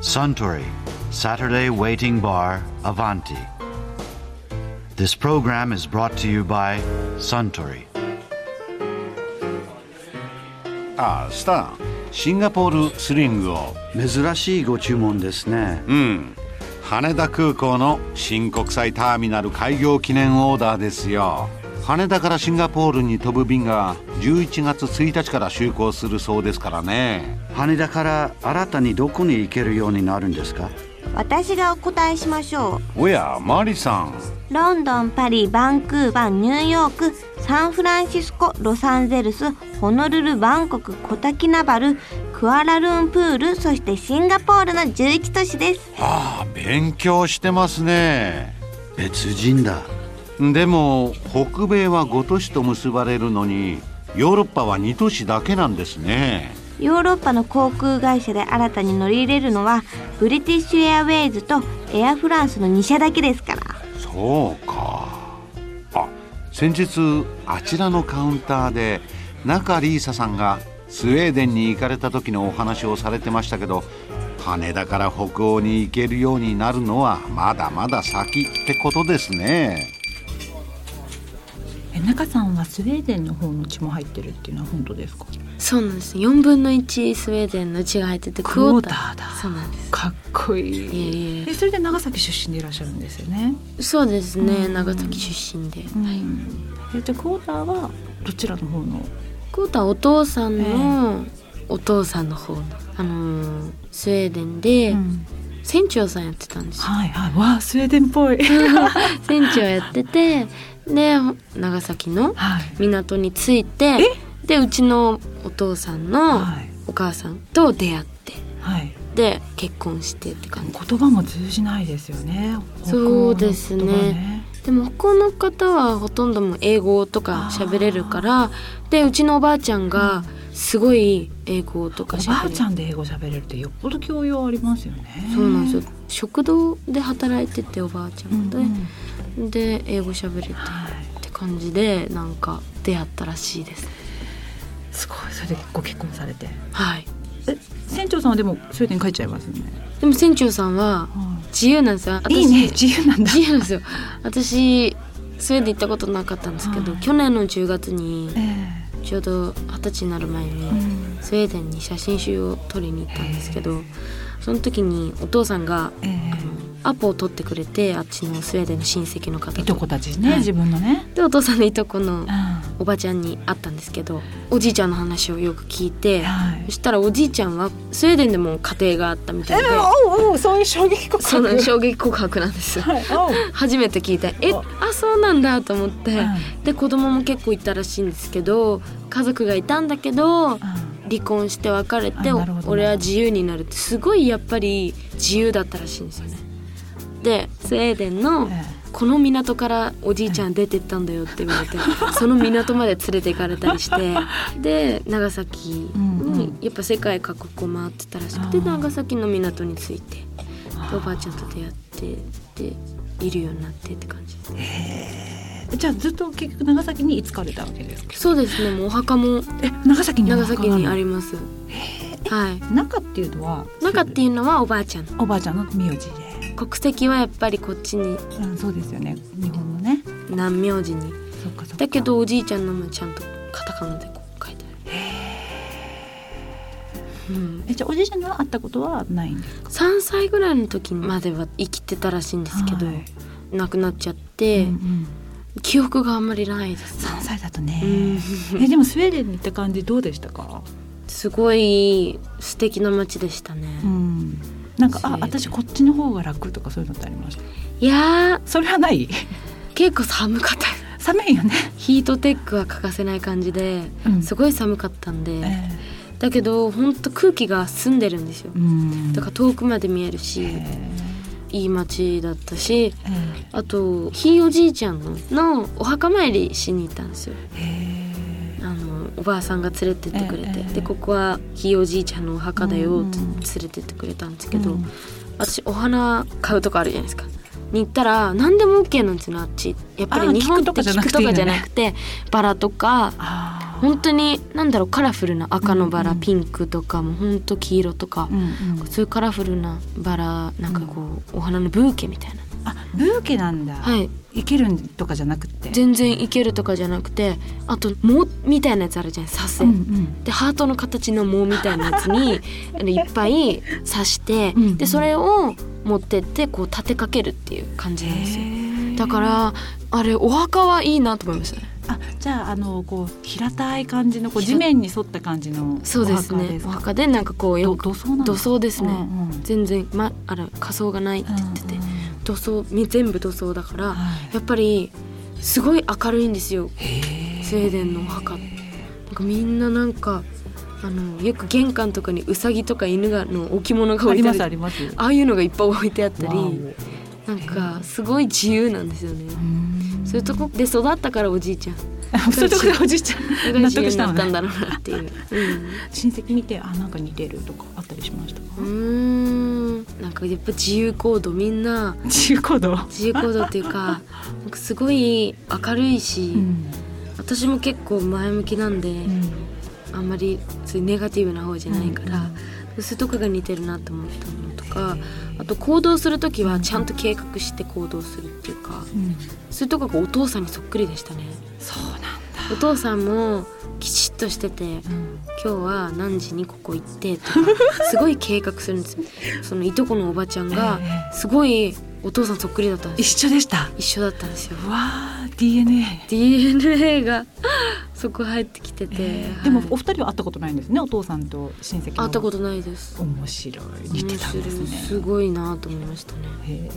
Suntory, Saturday Waiting Bar, Avanti. This program is brought to you by Suntory. ああスタンシンガポールスリングを珍しいご注文ですね、羽田空港の新国際ターミナル開業記念オーダーですよ羽田からシンガポールに飛ぶ便が11月1日から就航するそうですからね羽田から新たにどこに行けるようになるんですか私がお答えしましょおやマリさんうロンドンパリバンクーバーニューヨークサンフランシスコロサンゼルスホノルルバンコクコタキナバルクアラルンプールそしてシンガポールの11都市ですああ勉強してますね別人だでも北米は5都市と結ばれるのにヨーロッパは2都市だけなんですねヨーロッパの航空会社で新たに乗り入れるのはブリティッシュエアウェイズとエアフランスの2社だけですからそうかあ先日あちらのカウンターで中リーサさんがスウェーデンに行かれた時のお話をされてましたけど羽田から北欧に行けるようになるのはまだまだ先ってことですねえ中さんはスウェーデンの方の血も入ってるっていうのは本当ですかそうなんです4分の1スウェーデンの血が入っててクォータークォーターだそうなんですかっこいいいえいええそれで長崎出身でいらっしゃるんですよね、そうですね、うん長崎出身で、はいえじゃあクォーターはどちらの方のクォーターお父さんの、お父さんの方の、あのースウェーデンで、うん船長さんやってたんですよはいはいわあスウェーデンっぽい船長やっててで長崎のはい港に着いてでうちのお父さんのはいお母さんと出会ってはいで結婚してって感じ言葉も通じないですよねそうですね北欧の言葉でもこの方はほとんどもう英語とか喋れるからでうちのおばあちゃんがすごい英語とかお喋ばあれるちゃんで英語喋れるってよっぽど教養ありますよねそうなんですよ食堂で働いてておばあちゃんがうでんうんで英語喋れてっはいて感じでなんか出会ったらしいですすごいそれでご結婚されてはいえ船長さんはでもスウェーデン帰っちゃいますね、でも船長さんは自由なんですよ私いいね自由なんだ自由なんですよ私スウェーデン行ったことなかったんですけど、はい去年の10月にえちょうど二十歳になる前に、えうんスウェーデンに写真集を撮りに行ったんですけどその時にお父さんがええアポを取ってくれてあっちのスウェーデンの親戚の方といとこたちね、はい自分のね、でお父さんのいとこのうん、はおばちゃんに会ったんですけどおじいちゃんの話をよく聞いてそいしたらおじいちゃんはスウェーデンでも家庭があったみたいでおうおうそういう衝撃告その衝撃告白なんですはいおう初めて聞いてえああそうなんだと思ってうんで子供も結構いたらしいんですけど家族がいたんだけどうん離婚して別れてあなるほど俺は自由になるってすごいやっぱり自由だったらしいんですよねでスウェーデンのえこの港からおじいちゃん出てったんだよって言われ てその港まで連れて行かれたり してで長崎うんうにんやっぱ世界各国を回ってたらしくてあー長崎の港に着いてでおばあちゃんと出会ってでいるようになってって感じですねえじゃあずっと結局長崎にいつかれたわけですかそうですねもうお墓もえ長崎にお長墓崎がにあるりますはい中っていうのは中っていうのはおばあちゃんおばあちゃんの名字で、国籍はやっぱりこっちにうん、そうですよね日本のね南名字にそっかそっかだけどおじいちゃんのもちゃんとカタカナでこう書いてある、うん、えじゃあおじいちゃんには会ったことはないんですか3歳ぐらいの時までは生きてたらしいんですけど、はい亡くなっちゃって、うんうん記憶があんまりないです3歳だとね、う んえでもスウェーデンに行った感じどうでしたか、すごい素敵な街でしたね、うん、なんかスウあェーデン私こっちの方が楽とかそういうのってありましたいやそれはない ー結構寒かった寒いよね、ヒートテックは欠かせない感じで、うんすごい寒かったんで、えだけど本当空気が澄んでるんですよー、うんだから遠くまで見えるし、えーいい街だったしえーあとひいおじいちゃんのお墓参りしに行ったんですよえあのおばあさんが連れてってくれて、ええでここはひいおじいちゃんのお墓だよってうんうん連れてってくれたんですけど、うん私お花買うとこあるじゃないですかに行ったら何でも OK なんですよねあっちやっぱあり日本って菊とかじゃな菊くてといいのかねじゃなくてバラとかあ本当に何だろうカラフルな赤のバラ、ピンクとかも本当黄色とか、うんうんそういうカラフルなバラなんかこう、お花のブーケみたいなあブーケなんだ、はいい、けるんとかじゃなくて全然いけるとかじゃなくてあと藻みたいなやつあるじゃん刺せ、うんうんでハートの形の藻みたいなやつ にあのいっぱい刺して、うんうんでそれを持ってってこう立てかけるっていう感じなんですよだからあれお墓はいいなと思いましたねあじゃああのこう平たい感じのこう地面に沿った感じのお墓ですかそうですねお墓でなんかこうどよく土葬なの土葬ですね、うんうん全然、ま、あら仮装がないって言ってて、うんうんうん塗装み全部塗装だから、はいやっぱりすごい明るいんですよスウェーデンのお墓ってなんかみんななんかあのよく玄関とかにウサギとか犬がの置物があ置りいてまあるすありますああいうのがいっぱい置いてあったわおりなんかすごい自由なんですよね、そういうとこで育ったからおじいちゃんあ そういうとこでおじいちゃすごんい納自由得にしたのなったんねだろうなっていう、親戚見てあなんか似てるとかあったりしましたかう ん、うーんなんかやっぱ自由行動みんな自由行動自由行 動っていうかなんかすごい明るいし、うん私も結構前向きなんで、うんあんまりそういうネガティブな方じゃないから、うんそういうとこが似てるなと思ったのとかあと行動する時はちゃんと計画して行動するっていうか、うんそういうとこがお父さんにそっくりでしたねそうなんだお父さんもきちっとしてて今日は何時にここ行ってと かすごい計画するんですよそのいとこのおばちゃんがすごいお父さんそっくりだったんで一す緒でした一緒だったんですようわー DNA DNA がそこ入ってきてて、でもはいお二人は会ったことないんですねお父さんと親戚の会ったことないです面白い似てたんです面白いすねごいなと思いましたねへ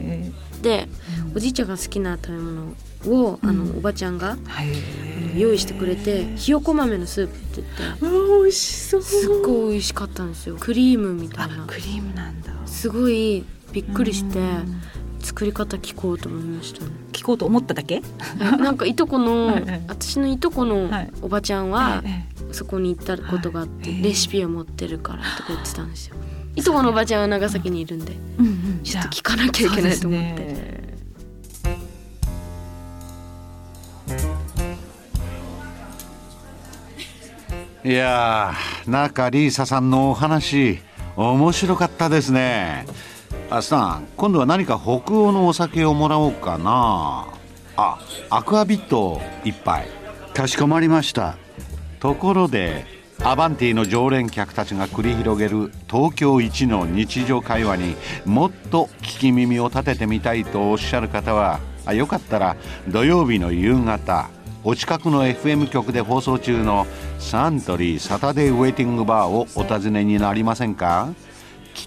えでおじいちゃんが好きな食べ物をあの、おばちゃんがはい用意してくれてひよこ豆のスープって言ってうわ美味しそうすっごい美味しかったんですよクリームみたいあなクリームなんだすごいびっくりしてうん作り方聞こうと思い ましたね聞こうと思っただけなんかいとこのはいはい私のいとこのはいおばちゃんはえそこに行ったことがあってはいレシピを持ってるからとか言ってたんですよいとこのおばちゃんは長崎にいるんでえうんうんちょっと聞かなきゃいけないと思って、そうですねいやー中リーサさんのお話面白かったですねあさん今度は何か北欧のお酒をもらおうかなあアクアビット一杯かしこまりました。ところでアバンティの常連客たちが繰り広げる東京一の日常会話にもっと聞き耳を立ててみたいとおっしゃる方はあよかったら土曜日の夕方お近くの FM 局で放送中のサントリーサタデーウェイティングバーをお尋ねになりませんかき